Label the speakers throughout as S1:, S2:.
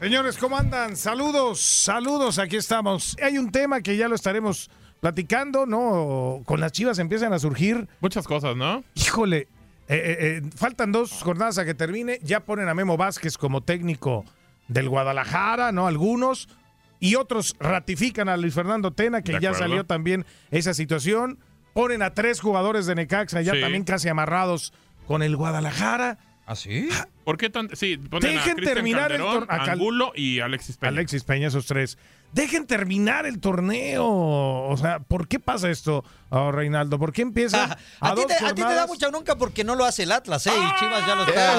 S1: Señores, ¿cómo andan? Saludos, saludos, aquí estamos. Hay un tema que ya lo estaremos platicando, ¿no? Con las chivas empiezan a surgir.
S2: Muchas cosas, ¿no?
S1: Híjole, eh, eh, eh, faltan dos jornadas a que termine. Ya ponen a Memo Vázquez como técnico del Guadalajara, ¿no? Algunos. Y otros ratifican a Luis Fernando Tena, que
S2: De
S1: ya
S2: acuerdo.
S1: salió también esa situación. Ponen a tres jugadores de Necaxa, ya
S2: Sí.
S1: también casi amarrados con el Guadalajara.
S3: ¿Ah, sí?
S2: ¿Por qué tan.? Sí, ponen
S1: Dejen
S2: a Cristian
S1: terminar el
S2: Calderón,
S1: tor- a Cal-
S2: Angulo y Alexis Peña.
S1: Alexis Peña, esos tres. Dejen terminar el torneo. O sea, ¿por qué pasa esto, oh, Reinaldo? ¿Por qué empieza a,
S3: Ah, A, ti
S1: dos
S3: te, a ti te da
S1: jornadas?
S3: mucha bronca porque no lo hace el Atlas, ¿eh? Y Chivas ya lo está.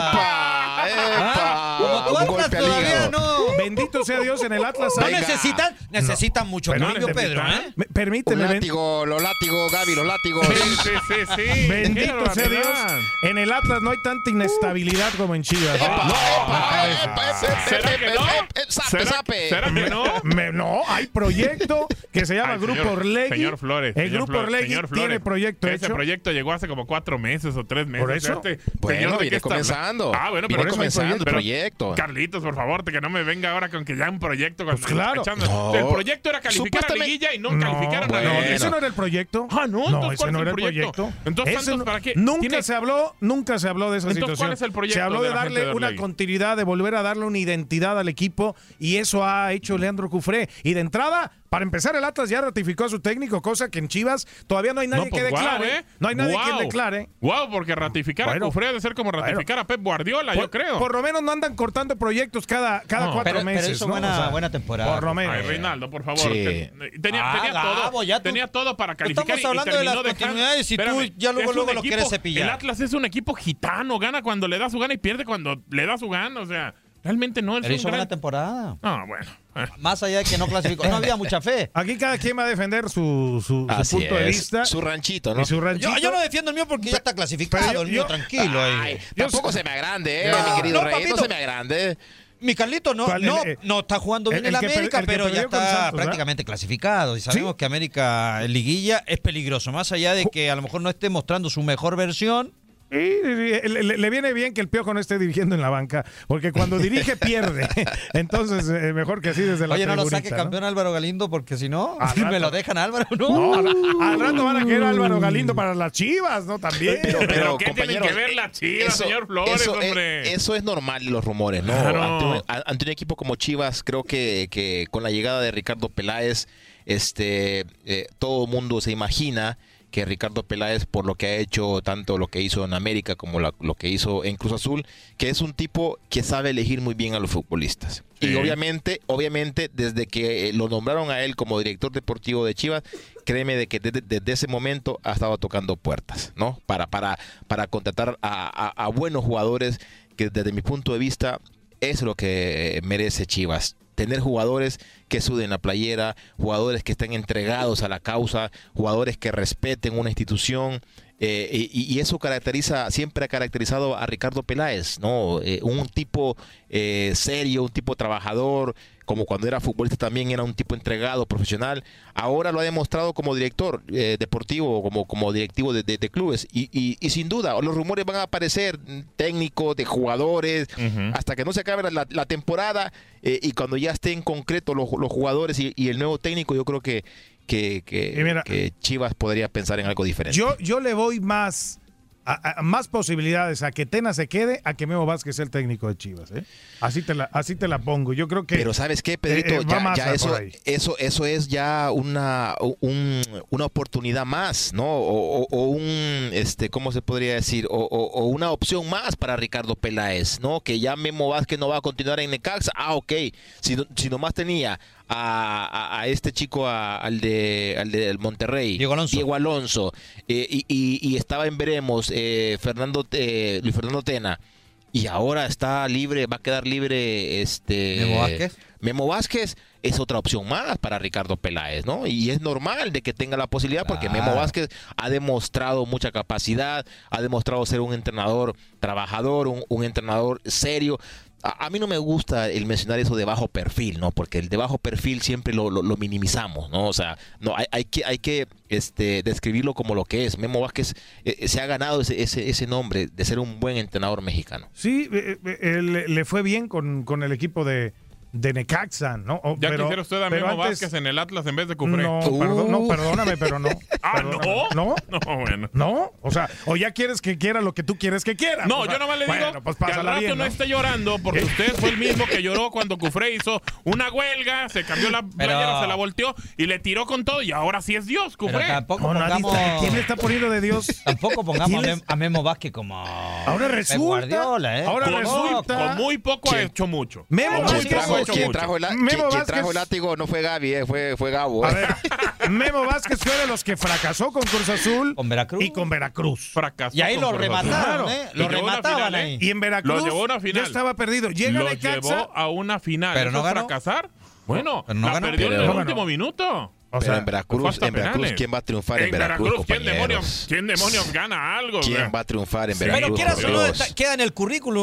S3: Ah, como tu
S1: Un
S3: Atlas
S1: golpe al
S3: todavía
S1: hígado.
S3: no.
S1: Bendito sea Dios, en el Atlas
S3: No
S1: hay-
S3: necesitan, necesitan mucho
S1: Pero
S3: cambio, Pedro,
S1: necesitan-
S3: ¿eh?
S1: Me- Permíteme.
S4: Un
S1: ven-
S4: látigo, lo látigo, Gaby, lo látigo.
S2: Sí, sí, sí.
S1: Bendito
S2: Qué
S1: sea Dios.
S2: barbaridad.
S1: En el Atlas no hay tanta inestabilidad como en Chivas. No,
S2: ¿Será que no?
S4: Sape, sape.
S2: ¿Será que no?
S1: Me- no, hay proyecto que se llama
S2: Ay,
S1: Grupo
S2: señor-
S1: Orlegui.
S2: Señor Flores.
S1: El
S2: señor
S1: Grupo
S2: Flores,
S1: Orlegui
S2: señor
S1: tiene
S2: Flores.
S1: proyecto
S2: Ese
S1: hecho.
S2: proyecto llegó hace como cuatro meses o tres meses.
S1: ¿Por eso?
S2: O sea, este
S4: Bueno,
S2: señor, ¿de
S4: viene
S2: qué está hablando?
S4: comenzando.
S2: Ah, bueno,
S4: Viene
S2: pero ¿cómo hay
S4: comenzando el proyecto.
S2: Carlitos, por favor, que no me venga ahora con que ya un proyecto. cuando
S1: Pues claro.
S2: echando-
S4: No.
S2: El proyecto era calificar a
S4: Supuestamente-
S2: Liguilla y no,
S1: No,
S2: calificaron a
S1: bueno,
S2: Liguilla.
S1: ese no era el proyecto.
S2: Ah, no, entonces,
S1: ese
S2: ¿cuál
S1: no
S2: es el
S1: era el
S2: proyecto?
S1: proyecto.
S2: Entonces,
S1: Ese
S2: Santos, ¿para qué?
S1: Nunca
S2: Tiene-
S1: se habló, nunca se habló de esa
S2: Entonces, ¿cuál
S1: situación.
S2: es el proyecto
S1: se habló
S2: de
S1: de,
S2: la gente
S1: darle
S2: de
S1: una
S2: Orlegui?
S1: continuidad, de volver a darle una identidad al equipo y eso ha hecho Leandro Cufré. Y de entrada, para empezar, el Atlas ya ratificó a su técnico, cosa que en Chivas todavía no hay nadie
S2: pues,
S1: que declare. No hay nadie que declare.
S2: Wow, ¿eh? porque ratificar
S1: Bueno.
S2: a Cufré ha de ser como ratificar a Pep Guardiola, yo
S1: Por,
S2: creo.
S1: por lo menos no andan cortando proyectos cada, cada
S2: No.
S1: cuatro
S3: Pero,
S1: meses.
S3: pero hizo
S1: ¿no?
S3: buena,
S1: O sea,
S3: buena temporada.
S1: por lo menos.
S2: Ay, Reinaldo, por favor.
S4: Sí.
S2: Ten- Tenía,
S3: Ah,
S2: tenía
S3: Gabo,
S2: todo,
S3: ya tú-
S2: tenía todo para calificar.
S3: Estamos
S2: y- y
S3: hablando de
S2: terminó
S3: las
S2: dejando-
S3: continuidades y tú ya luego,
S2: es un
S3: luego lo
S2: equipo-
S3: quieres cepillar.
S2: El Atlas es un equipo gitano, gana cuando le da su gana y pierde cuando le da su gana. O sea, realmente no es
S3: Pero
S2: un
S3: hizo
S2: gran-
S3: buena temporada.
S2: Ah, bueno. Ah,
S3: Más allá de que no clasificó. No había mucha fe.
S1: Aquí cada quien va a defender su, su- su
S4: Así
S1: punto de
S4: es,
S1: vista
S4: Su ranchito, ¿no?
S1: y su ranchito.
S3: Yo, yo no defiendo el mío porque ya está clasificado,
S1: yo-
S3: el mío
S1: yo-
S3: tranquilo. eh. ahí.
S4: Ay, tampoco se me agrande, eh,
S3: No,
S4: mi querido
S3: no,
S4: rey.
S3: papito.
S4: No se me agrande.
S3: Mi Carlito no,
S1: ¿Cuál?
S3: no,
S1: El, eh,
S3: no está jugando bien
S1: el-
S3: el,
S1: el que per-
S3: América,
S1: el que
S3: pero ya
S1: perdió con
S3: está
S1: Santos, ¿verdad?
S3: prácticamente clasificado. Y sabemos que América en liguilla es peligroso, más allá de que a lo mejor no esté mostrando su mejor versión.
S1: Y, y- y- le, le viene bien que el Piojo no esté dirigiendo en la banca, porque cuando dirige pierde. Entonces, eh, mejor que así desde la
S3: Oye, no lo
S1: tribunita,
S3: saque
S1: ¿no?
S3: campeón Álvaro Galindo, porque si no,
S1: Al rato.
S3: me lo dejan a Álvaro. No,
S1: No, al, al rato van a querer a Álvaro Galindo para las chivas, ¿no? También.
S2: pero ¿qué tienen que ver las Chivas, señor Flores,
S4: eso, eh, es-
S2: hombre?
S4: eso es normal, los rumores, ¿no?
S2: Claro.
S4: Ante, un, a- ante un equipo como Chivas, creo que, que con la llegada de Ricardo Peláez, este, eh, todo el mundo se imagina
S5: que Ricardo Peláez por lo que ha hecho, tanto lo que hizo en América como la- lo que hizo en Cruz Azul, que es un tipo que sabe elegir muy bien a los futbolistas. Y obviamente, obviamente, desde que eh, lo nombraron a él como director deportivo de Chivas, créeme de que desde, desde ese momento ha estado tocando puertas, ¿no? Para, para, para contratar a, a- a buenos jugadores que desde mi punto de vista es lo que eh, merece Chivas. Tener jugadores que suden la playera, jugadores que estén entregados a la causa, jugadores que respeten una institución. eh, y, y eso caracteriza, siempre ha caracterizado a Ricardo Peláez, ¿no? Eh, un tipo eh, serio, un tipo trabajador, como cuando era futbolista también era un tipo entregado, profesional. Ahora lo ha demostrado como director eh, deportivo, como, como directivo de, de- de clubes. Y, y- y sin duda, los rumores van a aparecer mm, técnicos, de jugadores, hasta que no se acabe la, la temporada eh, y cuando ya estén concretos los, los jugadores y, y el nuevo técnico, yo creo que, que, que- que Chivas podría pensar en algo diferente.
S1: Yo, yo le voy más, a- a- más posibilidades a que Tena se quede a que Memo Vázquez sea el técnico de Chivas. ¿eh? Así, te la, así te la pongo. Yo creo que.
S5: Pero ¿sabes qué, Pedrito?
S1: eh, eh, va
S5: ya,
S1: más
S5: ya
S1: a- por
S5: eso,
S1: ahí.
S5: eso, eso es ya una, un- una oportunidad más, ¿no? O, o- o un, este, ¿cómo se podría decir? O, o- o una opción más para Ricardo Peláez, ¿no? Que ya Memo Vázquez no va a continuar en Necaxa. Ah, ok. Si, no- si nomás tenía a, a- a este chico, a- al de al de del Monterrey. Diego Alonso. Eh, y, y- y estaba en Veremos, eh, Fernando, eh, Luis Fernando Tena. Y ahora está libre, va a quedar libre este
S3: Memo Vázquez.
S5: Memo Vázquez es otra opción más para Ricardo Peláez, ¿no? Y es normal de que tenga la posibilidad porque Memo Vázquez ha demostrado mucha capacidad, ha demostrado ser un entrenador trabajador, un, un entrenador serio. A, a mí no me gusta el mencionar eso de bajo perfil, ¿no? Porque el de bajo perfil siempre lo, lo- lo minimizamos, ¿no? O sea, no hay, hay que, hay que este, describirlo como lo que es. Memo Vázquez eh, eh, se ha ganado ese, ese- ese nombre de ser un buen entrenador mexicano.
S1: Sí, eh, eh, eh, le, le fue bien con, con el equipo de, de Necaxa, ¿no? O-
S2: Ya
S1: pero-
S2: quisiera usted a
S1: pero
S2: Memo
S1: antes-
S2: Vázquez en el Atlas en vez de Cufré.
S1: No,
S3: Uh.
S1: perdón- no, perdóname, pero no.
S2: ah, ¿no?
S1: ¿No?
S2: No, bueno.
S1: ¿No? O sea, o ya quieres que quiera lo que tú quieres que quiera.
S2: No,
S1: O sea,
S2: yo nomás le digo
S1: bueno, pues
S2: que al
S1: pásala
S2: rato
S1: bien,
S2: no,
S1: ¿no?
S2: esté llorando porque usted fue el mismo que lloró cuando Cufré hizo una huelga, se cambió la playera, se la volteó y le tiró con todo y ahora sí es Dios, Cufré.
S3: Pero tampoco
S1: No, nadie
S3: pongamos-
S1: está- ¿Quién le está poniendo de Dios?
S3: Tampoco pongamos a,
S1: ¿Quién
S3: Mem- a Memo Vázquez como.
S1: Ahora
S3: Pep
S1: resulta.
S3: Guardiola, ¿eh?
S1: Ahora
S3: Con-
S1: resulta.
S3: con muy-
S2: poco ha hecho mucho.
S1: Memo
S5: Quien
S1: Vázquez.
S5: trajo,
S1: Mucho,
S5: quien
S1: mucho.
S5: trajo el, la-
S1: Memo
S5: quien- quien
S1: Vázquez.
S5: trajo el látigo no fue Gaby, eh, fue, fue Gabo. eh.
S1: Memo Vázquez fue de los que fracasó con Cruz Azul. Con
S3: Veracruz.
S1: Y con Veracruz.
S2: Fracasó
S3: Y ahí
S2: con
S3: lo
S2: Cruz Azul.
S3: remataron, ¿eh? Lo
S2: Los llevó a una
S3: remataban
S2: final, ¿eh?
S3: ahí.
S1: Y en Veracruz
S2: Los llevó a una final.
S1: yo estaba perdido. Llega
S2: Los
S1: Necaxa.
S2: llevó a una final.
S3: Pero
S2: ¿Eso
S3: no
S2: es
S3: ganó.
S2: fracasar? Bueno,
S3: Pero no
S2: la
S3: ganó.
S2: perdió en
S3: Pero
S2: el
S3: no
S2: último minuto.
S5: Pero en
S2: fue
S5: Veracruz,
S2: hasta
S5: en Veracruz,
S2: penales.
S5: ¿quién va a triunfar en, Veracruz,
S2: ¿quién demonios,
S5: compañeros?
S2: quién demonios gana algo?
S5: ¿Quién
S2: güey?
S5: va a triunfar en
S2: Sí.
S5: Veracruz?
S2: Pero
S3: Quieras o no,
S5: compañeros?
S3: está- queda en el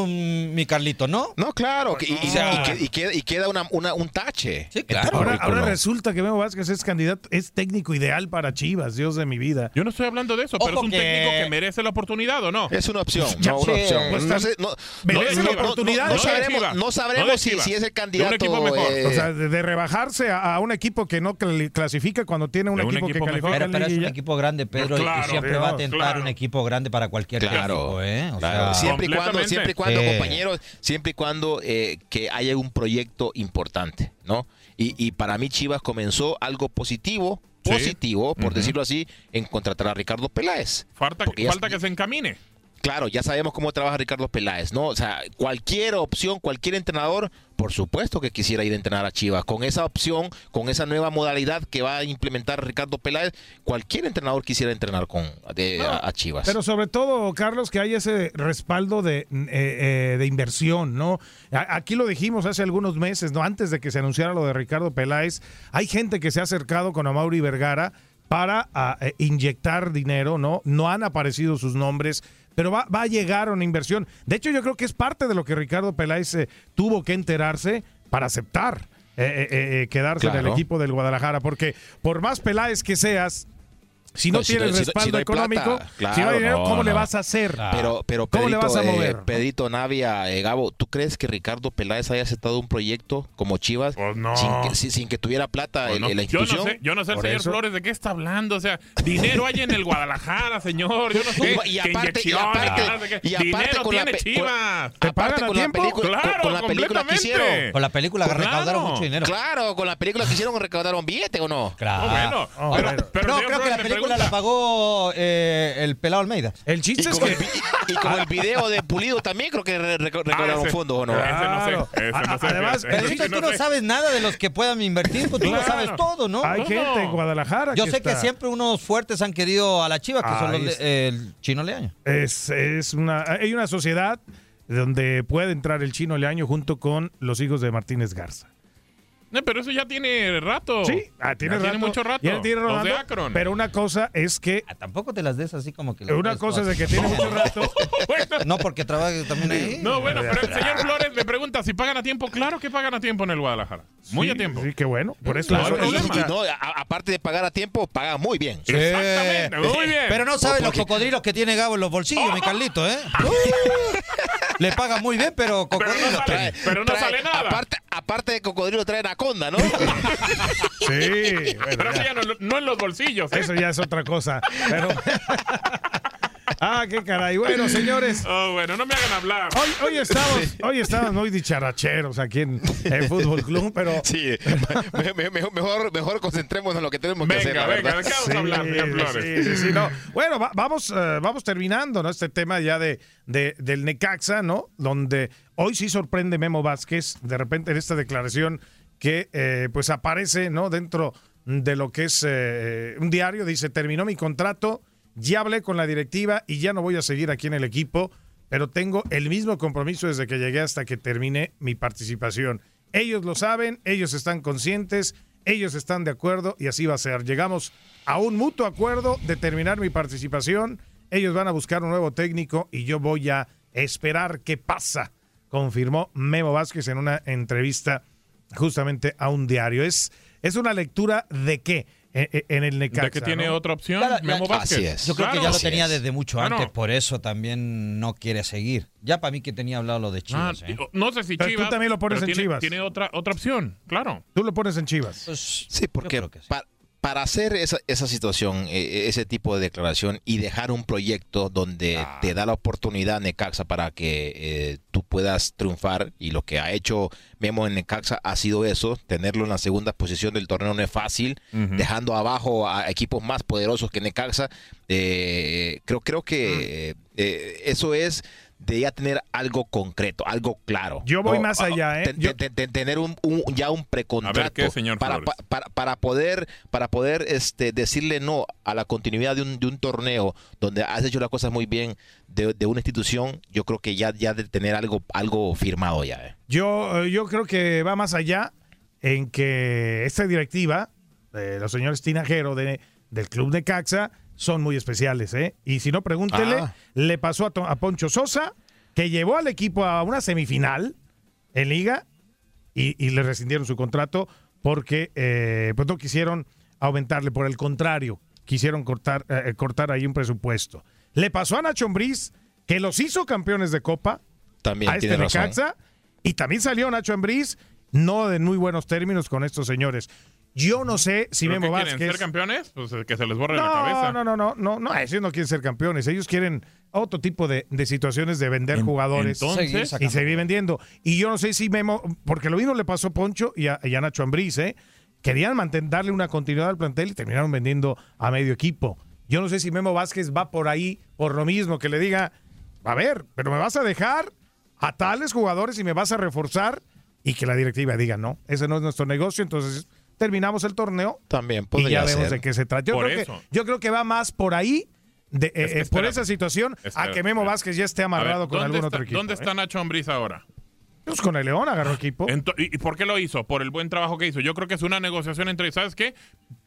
S3: currículum, mi Carlito, ¿no?
S5: No, claro.
S1: Pues
S5: que- y, y-
S3: O sea-
S5: y que- y queda, y queda una- una- un tache.
S3: Sí,
S5: claro.
S1: Ahora, ahora resulta que Memo Vázquez es candidato, es técnico ideal para Chivas, Dios de mi vida.
S2: Yo no estoy hablando de eso, pero
S1: Ojo
S2: es un
S1: que-
S2: técnico que merece la oportunidad, ¿o no?
S5: Es una opción,
S1: Ya
S5: no, una
S1: sé,
S5: opción.
S1: pues,
S5: No sé, no-
S1: merece
S5: no-
S1: la
S5: no-
S1: oportunidad.
S5: no- no
S1: No de
S5: sabremos,
S1: Chivas.
S5: no sabremos
S1: No de
S5: si,
S1: Chivas.
S5: si es el
S1: De un
S5: candidato.
S2: equipo mejor.
S5: eh,
S1: O sea, de, de rebajarse a, a un equipo que no cl- clasifica cuando tiene un,
S3: De
S1: equipo, que califica.
S3: Pero,
S1: en
S3: pero es un
S1: liguilla.
S3: equipo grande, Pedro,
S1: No,
S3: y-
S1: claro,
S3: y siempre
S1: Dios,
S3: va a tentar
S1: claro.
S3: un equipo grande para cualquier
S5: Claro,
S3: equipo, ¿eh? O
S5: claro.
S3: sea-
S5: siempre y cuando, siempre y cuando,
S3: Sí.
S5: compañeros, siempre y cuando eh, que haya un proyecto importante, ¿no? Y, y para mí Chivas comenzó algo positivo, positivo, por decirlo así, en contratar a Ricardo Peláez.
S2: Falta,
S5: Porque ya-
S2: falta que se encamine.
S5: Claro, ya sabemos cómo trabaja Ricardo Peláez, ¿no? O sea, cualquier opción, cualquier entrenador, por supuesto que quisiera ir a entrenar a Chivas. Con esa opción, con esa nueva modalidad que va a implementar Ricardo Peláez, cualquier entrenador quisiera entrenar con, de- a, a Chivas.
S1: Pero sobre todo, Carlos, que hay ese respaldo de, mm, eh, eh, de inversión, ¿no? A- Aquí lo dijimos hace algunos meses, ¿no? Antes de que se anunciara lo de Ricardo Peláez, hay gente que se ha acercado con Amauri Vergara para ah, eh, inyectar dinero, ¿no? No han aparecido sus nombres. Pero va, va a llegar una inversión. De hecho, yo creo que es parte de lo que Ricardo Peláez eh, tuvo que enterarse para aceptar eh, eh, eh, quedarse en el
S5: Claro.
S1: equipo del Guadalajara. Porque por más Peláez que seas, si no
S5: Pues,
S1: tienes
S5: si no- si no- si
S1: respaldo
S5: no hay
S1: económico,
S5: plata,
S1: si no
S5: claro,
S1: hay dinero,
S5: no,
S1: ¿cómo le
S5: no.
S1: vas a hacer?
S5: Pero, pero
S1: Ah. ¿Cómo
S5: Pedrito,
S1: le vas a
S5: eh,
S1: mover?
S5: Pedrito, Navia, eh, Gabo, ¿tú crees que Ricardo Peláez haya aceptado un proyecto como Chivas sin, que, si- sin que tuviera plata el-
S2: Pues No,
S5: el- la
S2: yo
S5: institución?
S2: no sé, yo no sé el
S5: Por
S2: señor
S5: eso.
S2: Flores de qué está hablando. O sea, dinero hay en el Guadalajara, señor. Yo no sé.
S5: Y- y
S2: qué
S5: aparte- y
S2: inyecciones,
S5: aparte-
S2: nada de qué.
S5: y aparte
S2: dinero
S5: con
S2: tiene
S5: la pe- con-
S2: Chivas.
S5: ¿Te aparte pagan a con la tiempo? película- con-
S2: Claro,
S5: con la película que hicieron.
S2: completamente.
S3: Con la película
S2: Claro.
S3: recaudaron mucho dinero.
S1: Oh,
S5: Claro, con la película que hicieron recaudaron billete o no.
S3: Claro.
S2: No, bueno,
S3: Ah,
S2: pero-
S3: bueno.
S2: pero
S3: no,
S2: señor
S3: creo que
S2: Flores,
S3: la
S2: le
S3: película película la pagó eh, el pelado Almeida.
S1: El chiste es que...
S5: Y como el video de Pulido también creo que re- re- recobraron
S2: Ah, ese-
S5: fondos, ¿o no?
S2: ese no sé, ese no sé,
S3: Además,
S2: fíjate.
S3: Pedrito,
S2: Ese
S3: tú no
S2: sé.
S3: sabes nada de los que puedan invertir, pues tú lo
S2: Claro.
S3: sabes todo, ¿no?
S1: Hay gente en Guadalajara
S3: Yo
S1: que
S3: sé que
S1: está-
S3: siempre unos fuertes han querido a la Chivas, que son
S1: Ahí
S3: los de-
S1: está.
S3: el chino Leaño.
S1: Es, es una, hay una sociedad donde puede entrar el chino Leaño junto con los hijos de Martínez Garza.
S2: No, pero eso ya tiene rato.
S1: Sí, ah, tiene,
S2: Ya
S1: rato,
S2: tiene mucho rato.
S1: ya tiene
S2: Los de
S1: rodando,
S2: Akron.
S1: Pero una cosa es que.
S3: Ah, tampoco te las des así como que.
S1: Una cosa es de que tiene mucho rato.
S3: No, porque trabaja también ahí.
S2: No, bueno, pero el señor Flores me pregunta si pagan a tiempo. Claro que pagan a tiempo en el Guadalajara. Muy
S1: Sí,
S2: a tiempo.
S1: Sí, qué bueno. Por eso.
S2: Claro,
S1: eso-
S2: el
S1: eso-
S5: Y no, a- aparte de pagar a tiempo, paga muy bien.
S2: Exactamente, muy bien.
S3: Pero no sabes los
S5: Porque-
S3: cocodrilos que tiene Gabo en los bolsillos, mi Carlito, ¿eh? Le paga muy bien, pero cocodrilos.
S2: Trae- Pero no
S5: trae-
S2: sale nada.
S5: Aparte, aparte de cocodrilo trae anaconda, ¿no?
S1: Sí,
S2: pero eso ya no, no en los bolsillos. ¿eh?
S1: eso ya es otra cosa. Pero. ah, qué caray. Bueno, señores.
S2: Oh, bueno, no me hagan hablar.
S1: Hoy, hoy estamos, hoy estamos muy dicharacheros aquí en el Fútbol Club, pero
S5: Sí, me- me- me- mejor, mejor concentrémonos en lo que tenemos que
S2: Venga,
S5: hacer. la
S2: venga,
S5: verdad.
S2: ¿de qué vamos a hablar, señor Flores?
S1: Sí, sí, sí, no. Bueno, va- vamos, eh, vamos terminando, ¿no? Este tema ya de, de- del Necaxa, ¿no? Donde hoy sí sorprende Memo Vázquez, de repente en esta declaración que eh, pues aparece, ¿no? Dentro de lo que es eh, un diario, dice, terminó mi contrato, ya hablé con la directiva y ya no voy a seguir aquí en el equipo, pero tengo el mismo compromiso desde que llegué hasta que terminé mi participación. Ellos lo saben, ellos están conscientes, ellos están de acuerdo y así va a ser. Llegamos a un mutuo acuerdo de terminar mi participación. Ellos van a buscar un nuevo técnico y yo voy a esperar qué pasa, confirmó Memo Vázquez en una entrevista justamente a un diario. Es, es una lectura de qué eh, eh, en el Necaxa.
S2: ¿De que tiene
S1: ¿no?
S2: otra opción?
S3: Claro,
S2: Memo
S3: ya-
S2: Vázquez.
S5: así es.
S3: Yo creo que
S2: Claro.
S3: ya lo
S5: Así
S3: tenía
S5: es.
S3: desde mucho
S2: Ah, no.
S3: antes, por eso también no quiere seguir. Ya para mí que tenía hablado lo de
S2: Ah,
S3: Chivas. ¿eh?
S2: y- No sé si
S1: Pero tú
S2: Chivas.
S1: también lo pones
S2: pero
S1: en
S2: tiene,
S1: Chivas.
S2: Tiene otra, otra opción, claro.
S1: Tú lo pones en Chivas.
S3: Pues,
S5: Sí, porque
S3: creo que sí.
S5: pa- para hacer esa, esa situación, eh, ese tipo de declaración y dejar un proyecto donde te da la oportunidad Necaxa para que eh, tú puedas triunfar y lo que ha hecho Memo en Necaxa ha sido eso, tenerlo en la segunda posición del torneo no es fácil, dejando abajo a equipos más poderosos que Necaxa, eh, creo, creo que
S3: Mm.
S5: eh, eh, eso es de ya tener algo concreto, algo claro.
S1: Yo voy
S5: No,
S1: más
S5: ah,
S1: allá, ¿eh?
S5: te-
S1: Yo-
S5: te- te- tener un, un- ya un precontrato
S2: ¿qué, señor
S5: para,
S2: Flores?
S5: pa- para, para poder, para poder este, decirle no a la continuidad de un, de un torneo donde has hecho las cosas muy bien de, de una institución, yo creo que ya, ya de tener algo, algo firmado ya. ¿eh?
S1: Yo, eh, yo creo que va más allá en que esta directiva, eh, los señores Tinajero de, del Club de Caxa, son muy especiales. ¿eh? Y si no, pregúntele,
S5: Ah.
S1: le pasó a, To- a Poncho Sosa, que llevó al equipo a una semifinal en Liga y, y le rescindieron su contrato porque eh, pues no quisieron aumentarle, por el contrario, quisieron cortar, eh, cortar ahí un presupuesto. Le pasó a Nacho Ambriz, que los hizo campeones de Copa,
S5: También
S1: a este
S5: tiene razón.
S1: Necaxa. Y también salió Nacho Ambriz, no en muy buenos términos con estos señores. Yo no sé si
S2: ¿Pero qué
S1: Memo
S2: quieren ser
S1: Vázquez.
S2: campeones? Pues eh, que se les borre la cabeza.
S1: No, no, no, no, no, no, ellos no quieren ser campeones. Ellos quieren otro tipo de, de situaciones de vender
S2: En-
S1: jugadores
S2: entonces-
S3: Seguir
S1: y
S3: sacando.
S1: seguir vendiendo. Y yo no sé si Memo, porque lo mismo le pasó a Poncho y a, y a Nacho Ambriz, ¿eh? Querían manten- darle una continuidad al plantel y terminaron vendiendo a medio equipo. Yo no sé si Memo Vázquez va por ahí por lo mismo, que le diga, a ver, pero me vas a dejar a tales jugadores y me vas a reforzar y que la directiva diga, no, ese no es nuestro negocio, entonces terminamos el torneo
S5: También
S1: y ya
S5: podría
S1: vemos
S5: ser.
S1: de qué se trata. Yo,
S2: Por
S1: creo que,
S2: eso.
S1: yo creo que va más por ahí, de, eh,
S2: Es que
S1: eh, por
S2: espérate.
S1: esa situación, a
S2: Espérate,
S1: que Memo
S2: espérate.
S1: Vázquez ya esté
S2: A ver,
S1: amarrado con
S2: ¿dónde
S1: algún
S2: está,
S1: otro equipo.
S2: ¿Dónde
S1: ¿eh?
S2: está Nacho Ambriz ahora?
S1: Pues con el León agarró equipo.
S2: Ento- y, y por qué lo hizo? Por el buen trabajo que hizo. Yo creo que es una negociación entre, ¿sabes qué?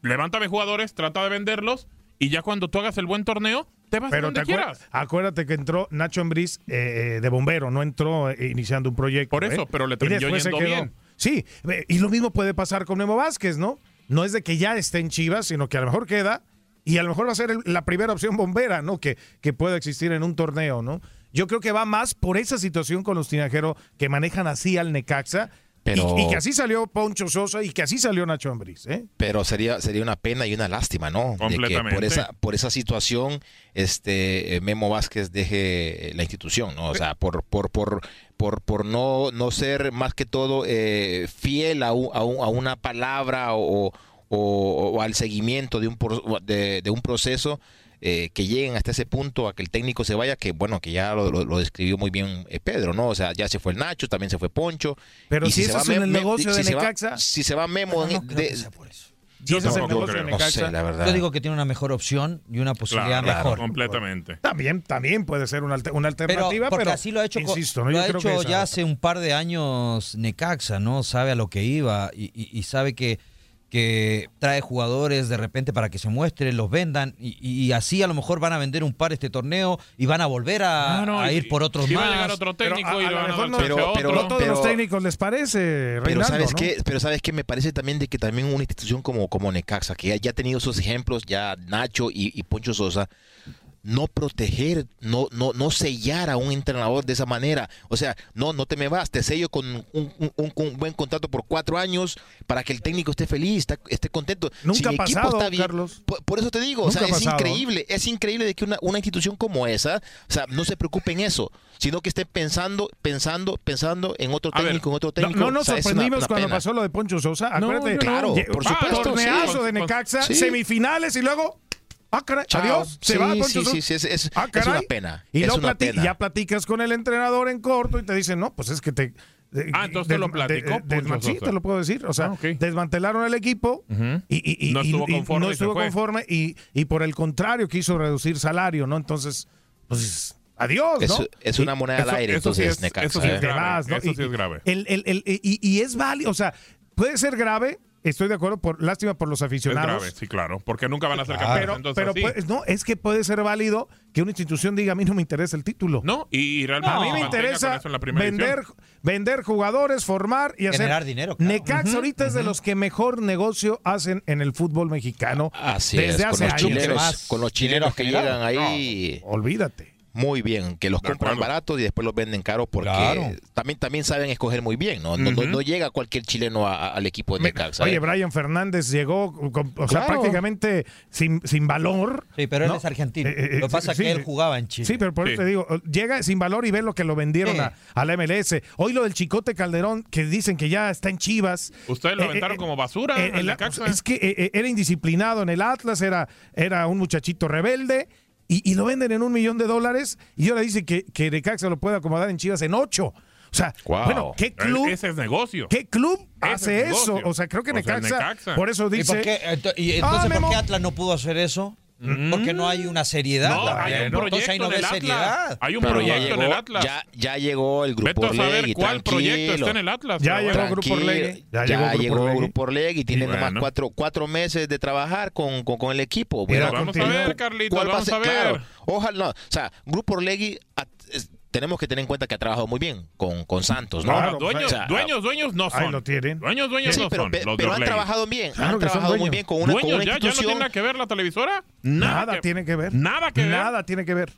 S2: Levántame jugadores, trata de venderlos y ya cuando tú hagas el buen torneo, te vas a
S1: Pero te
S2: donde
S1: acuer-
S2: quieras.
S1: acuérdate que entró Nacho Embriz eh, eh, de bombero, no entró eh, iniciando un proyecto.
S2: Por
S1: ¿eh?
S2: eso, pero le
S1: Y
S2: terminó
S1: después se
S2: yendo
S1: quedó.
S2: bien.
S1: Sí, eh, y lo mismo puede pasar con Memo Vázquez, ¿no? No es de que ya esté en Chivas, sino que a lo mejor queda y a lo mejor va a ser el- la primera opción bombera, ¿no? Que, que pueda existir en un torneo, ¿no? Yo creo que va más por esa situación con los tinajeros que manejan así al Necaxa.
S5: Pero-
S1: Y, y que así salió Poncho Sosa y que así salió Nacho Ambriz, ¿eh?
S5: Pero sería, sería una pena y una lástima, ¿no? De que por
S2: Completamente.
S5: esa, por esa situación, este eh, Memo Vázquez deje eh, la institución, ¿no? O sea, por, por, por, por, por no, no ser más que todo eh, fiel a, u- a, u- a una palabra o, o, o al seguimiento de un, por- de, de un proceso eh, que lleguen hasta ese punto a que el técnico se vaya, que bueno, que ya lo, lo- lo describió muy bien eh, Pedro, ¿no? O sea, ya se fue el Nacho, también se fue Poncho.
S1: Pero
S5: Y
S1: si eso
S5: va
S1: es en
S5: Mem-
S1: el
S5: Mem-
S1: negocio
S5: si
S1: de
S5: se va-
S1: Necaxa.
S5: Si se va Memo, en- Eh, de-
S1: Si ese es el
S5: tampoco
S1: negocio de
S5: creo. No
S1: Necaxa.
S5: sé, la verdad.
S3: Yo digo que tiene una mejor opción y una posibilidad mejor.
S2: Completamente.
S1: También, también puede ser una, alter- una
S3: Pero,
S1: alternativa, pero,
S3: porque así lo ha hecho, co-
S1: insisto, ¿no?
S3: lo
S1: Yo
S3: ha
S1: creo
S3: hecho
S1: que esa-
S3: ya hace un par de años Necaxa, ¿no? Sabe a lo que iba y, y- y sabe que, que trae jugadores de repente para que se muestren, los vendan y, y- y así a lo mejor van a vender un par este torneo y van a volver a,
S2: Claro,
S3: a
S2: y-
S3: ir por otros
S2: y va a llegar
S3: más.
S2: otro
S1: Pero
S2: técnico
S1: a-
S2: y
S1: a
S2: le
S1: lo
S2: van a
S1: mejor
S2: dar
S1: no-
S2: chance a
S5: pero-
S2: otro.
S1: no todos los
S5: pero-
S1: técnicos les parece,
S5: Pero
S1: Reinaldo,
S5: sabes
S1: ¿no?
S5: qué, pero sabes qué, me parece también de que también una institución como, como Necaxa, que ya, ya ha tenido esos ejemplos, ya Nacho y, y Poncho Sosa, no proteger, no, no, no sellar a un entrenador de esa manera. O sea, no, no te me vas, te sello con un, un- un- un buen contrato por cuatro años para que el técnico esté feliz, está- esté contento.
S1: Nunca
S5: mi
S1: ha
S5: equipo
S1: pasado,
S5: está bien-
S1: Carlos.
S5: Por, por eso te digo,
S1: Nunca
S5: o sea,
S1: ha
S5: es
S1: pasado.
S5: increíble, es increíble de que una, una institución como esa, o sea, no se preocupe en eso, sino que esté pensando, pensando, pensando en otro
S2: A ver,
S5: técnico, en otro
S1: No,
S5: técnico.
S1: no nos
S5: O sea, es una-
S1: sorprendimos
S5: una
S1: cuando
S5: pena.
S1: pasó lo de Poncho Sosa.
S2: No,
S1: Acuérdate,
S2: no, no.
S1: lle-
S5: Por
S1: ah,
S5: supuesto,
S1: torneazo
S2: sí.
S1: de Necaxa,
S5: Sí.
S1: semifinales y luego. Ah, caray,
S5: Chao.
S1: adiós. Se
S5: Sí,
S1: va
S5: sí,
S1: Poncho Sosa.
S5: sí, sí, es- es-
S1: Ah,
S5: es una
S1: caray.
S5: pena,
S1: Y
S5: es
S1: luego
S5: una
S1: plati-
S5: pena.
S1: ya platicas con el entrenador en corto y te dicen, no, pues es que te. de-
S2: Ah, entonces te
S1: del-
S2: lo platicó
S1: de- del-
S2: Poncho
S1: sí,
S2: Sosa.
S1: te lo puedo decir. O sea,
S2: Ah, ok.
S1: desmantelaron el equipo
S2: Ujú.
S1: y, y- y-
S2: No
S1: y-
S2: estuvo
S1: y-
S2: conforme
S1: no
S2: y se
S1: estuvo
S2: fue.
S1: conforme y, y por el contrario quiso reducir salario, ¿no? Entonces, pues adiós, ¿no?
S5: Es, es una moneda
S2: Eso-
S5: al aire,
S2: eso sí
S5: entonces,
S2: es-
S5: Necaxa.
S2: eso sí
S5: ¿eh?
S2: es grave.
S1: demás, ¿no?
S2: Eso
S1: Y-
S2: sí es grave.
S1: el- el- el- y, y es válido, o sea, puede ser grave, estoy de acuerdo, por lástima por los
S2: Es
S1: aficionados.
S2: grave, sí, claro. Porque nunca van a ser campeones.
S1: Pero,
S2: entonces,
S1: pero
S2: sí.
S1: puede- no, es que puede ser válido que una institución diga a mí no me interesa el título.
S2: No, y realmente
S1: a mí me
S2: mantenga con
S1: interesa
S2: eso en la primera
S1: vender,
S2: edición.
S1: vender jugadores, formar y hacer.
S3: Generar dinero, claro.
S1: Necaxa
S3: Ujú,
S1: ahorita es de los que mejor negocio hacen en el fútbol mexicano.
S5: Así
S1: desde
S5: es,
S1: hace
S5: con los
S1: años.
S5: chileros,
S3: Más
S5: con los chileros
S3: dinero
S5: que
S3: generado.
S5: llegan ahí.
S1: Olvídate.
S5: Muy bien, que los
S2: De
S5: compran
S2: acuerdo.
S5: baratos y después los venden caros porque
S3: Claro.
S5: también, también saben escoger muy bien, ¿no? No, no-
S2: Ujú.
S5: no llega cualquier chileno a- a- al equipo de Necaxa.
S1: Oye,
S5: ¿eh?
S1: Brian Fernández llegó, con- o
S5: Claro.
S1: sea, prácticamente sin, sin valor.
S3: Sí, pero él
S1: ¿no?
S3: es argentino.
S1: Eh, eh,
S3: lo que pasa es
S1: sí,
S3: que él
S1: sí.
S3: jugaba en Chile.
S1: Sí, pero por
S2: Sí.
S1: eso te digo, llega sin valor y ve lo que lo vendieron
S3: Sí.
S1: a, a la MLS. Hoy lo del Chicote Calderón, que dicen que ya está en Chivas.
S2: Ustedes lo
S1: Eh,
S2: aventaron
S1: eh,
S2: como basura
S1: eh,
S2: al
S1: el-
S2: Necaxa.
S1: Es que eh, eh, era indisciplinado en el Atlas, era, era un muchachito rebelde. Y, y lo venden en un millón de dólares y ahora dice que, que Necaxa lo puede acomodar en Chivas en ocho. O sea,
S5: Guau.
S1: bueno, ¿qué
S2: Pero
S1: club,
S2: Eh, Ese es negocio.
S1: ¿qué club
S2: Ese
S1: hace
S2: es
S1: eso?
S2: negocio.
S1: O sea, creo que
S2: O sea,
S1: Necaxa,
S2: Necaxa.
S1: por eso
S3: ¿Y,
S1: dice...
S3: por qué? Ento- y
S1: Ah,
S3: entonces por
S1: Memo. Mm.
S3: qué Atlas no pudo hacer eso? Porque no hay una seriedad.
S2: No,
S3: también,
S2: hay un
S3: ¿no? Entonces
S2: proyecto
S3: ahí no
S2: en
S3: ves
S2: el Atlas.
S3: seriedad.
S2: Hay un
S5: Pero ya
S2: proyecto en el
S5: llegó,
S2: Atlas.
S5: ya, ya llegó el grupo
S2: Vete a saber
S5: Orlegui,
S2: cuál proyecto está en
S5: tranquilo.
S2: el Atlas.
S1: Ya
S2: pero
S1: llegó
S2: bueno.
S1: Grupo
S5: Tranquilo,
S1: Orlegui.
S5: Ya, llegó Grupo Orlegui. y tiene
S2: Y
S5: nomás
S2: bueno.
S5: cuatro, cuatro meses de trabajar con, con, con el equipo.
S1: Pero
S2: vamos a
S1: continuó.
S2: ver, Carlitos,
S5: ¿Cuál va
S2: vamos
S5: ser?
S2: a ver.
S5: Claro, ojalá, no, o sea, Grupo Orlegui, a- es- tenemos que tener en cuenta que ha trabajado muy bien con, con Santos, ¿no?
S2: Ahora,
S1: Claro,
S2: dueños,
S5: o sea,
S2: dueños, dueños no son.
S1: Ahí lo tienen.
S2: Dueños, dueños
S5: Sí,
S2: no
S5: pero,
S2: son.
S5: pe-
S2: los de
S5: pero han
S2: Orlegui.
S5: trabajado bien,
S1: Claro
S5: han
S1: que son
S5: trabajado muy
S1: dueños.
S5: bien con una, con
S2: dueños, ya,
S5: una
S2: ya no
S5: institución.
S2: tiene nada que ver la televisora.
S1: Nada, tiene que ver.
S2: Nada que ver.
S1: Nada tiene que ver.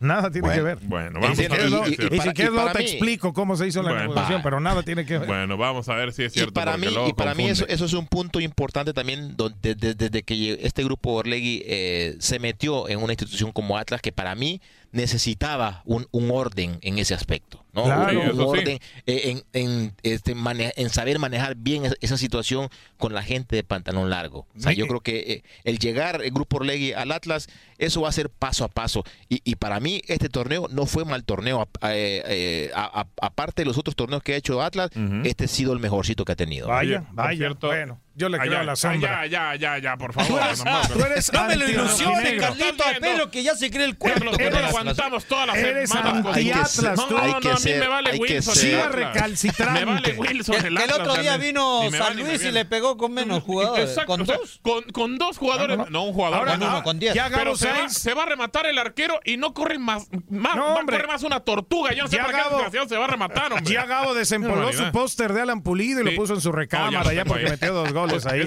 S1: Nada tiene
S5: Bueno,
S1: que ver.
S2: Bueno, vamos
S5: Ese-
S2: a ver.
S5: y-
S2: si
S5: y-
S2: es cierto.
S1: Y
S5: Para-
S1: si quieres, luego
S5: para
S1: te
S5: mí-
S1: explico cómo se hizo la
S2: Bueno.
S1: negociación,
S5: Va.
S1: pero nada tiene que ver.
S2: Bueno, vamos a ver si es
S5: Y
S2: cierto.
S5: para
S2: porque
S5: mí,
S2: luego
S5: y para mí eso,
S2: confunde.
S5: eso es un punto importante también don- de- de- desde que lle- este grupo Orlegui eh, se metió en una institución como Atlas que para mí necesitaba un, un orden en ese aspecto, ¿no?
S1: Claro.
S5: Un-
S1: Sí,
S5: un
S2: eso sí.
S5: orden eh, en, en, este, mane- en saber manejar bien es- esa situación con la gente de pantalón largo. O sea,
S1: Sí.
S5: yo creo que eh, el llegar el grupo Orlegui al Atlas, eso va a ser paso a paso. Y, y para mí este torneo no fue mal torneo, a- a- eh, eh, a- a- aparte de los otros torneos que ha hecho Atlas, este ha sido el mejorcito que ha tenido.
S1: Vaya,
S2: Por
S1: vaya.
S2: cierto-
S1: bueno, yo le creo
S2: Allá,
S1: a la sombra.
S2: Ya, ya, ya, ya, por favor. no mames.
S1: Tú eres
S3: No me lo ilusiones,
S1: antirrojinegro.
S3: Carlito, a
S2: Estás viendo.
S3: Pedro, que ya se cree el cuento.
S2: Carlos, que no
S1: Eres-
S2: aguantamos todas las
S1: eres
S2: semanas.
S5: anti-
S1: antiatlas,
S2: No,
S1: tú.
S2: no,
S5: Hay
S2: no,
S5: que
S2: a mí
S5: ser-
S2: me vale
S5: hay que
S2: Wilson.
S5: ser-
S2: el
S1: Chía
S2: Atlas.
S1: recalcitrante.
S2: Me vale Wilson
S3: Que,
S2: el
S3: que el
S2: Atlas,
S3: otro día
S2: también. Ni
S3: vino
S2: me
S3: San
S2: vale, ni me
S3: Luis y
S2: viene.
S3: le pegó con menos jugadores.
S2: Exacto,
S3: con
S2: o sea,
S3: dos.
S2: con, con dos jugadores, no, un jugador,
S1: Ahora,
S2: con uno,
S1: ah,
S3: con diez.
S1: Ya
S2: Pero
S1: Gabo
S2: se va,
S1: Sainz-
S2: se va a rematar el arquero y no corre más, más,
S1: No,
S2: va a
S1: hombre.
S2: correr más una tortuga. Yo no sé
S1: Ya,
S2: para qué
S1: Gabo.
S2: desgraciado se va a rematar, hombre.
S1: Ya Gabo desempolvó
S2: Barbaridad.
S1: su póster de Alan Pulido y
S2: Sí.
S1: lo puso en su recámara
S2: No, ya Pues, lo
S1: ya,
S2: tengo
S1: porque
S2: ahí.
S1: metió dos goles ahí.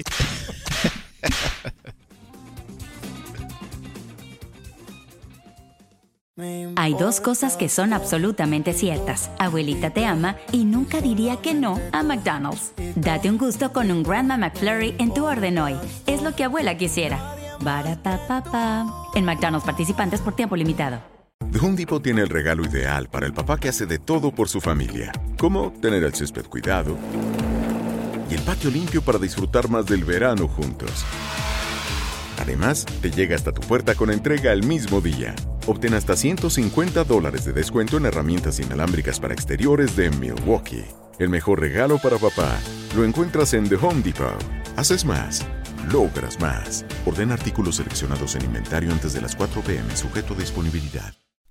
S6: Hay dos cosas que son absolutamente ciertas. Abuelita te ama y nunca diría que no a McDonald's. Date un gusto con un Grandma McFlurry en tu orden hoy. Es lo que abuela quisiera. Barapapapa. En McDonald's participantes por tiempo limitado.
S7: The Home Depot tiene el regalo ideal para el papá que hace de todo por su familia, como tener el césped cuidado y el patio limpio para disfrutar más del verano juntos. Además, te llega hasta tu puerta con entrega el mismo día. Obtén hasta 150 dólares de descuento en herramientas inalámbricas para exteriores de Milwaukee. El mejor regalo para papá lo encuentras en The Home Depot. Haces más, logras más. Orden artículos seleccionados en inventario antes de las 4 p.m. sujeto a disponibilidad.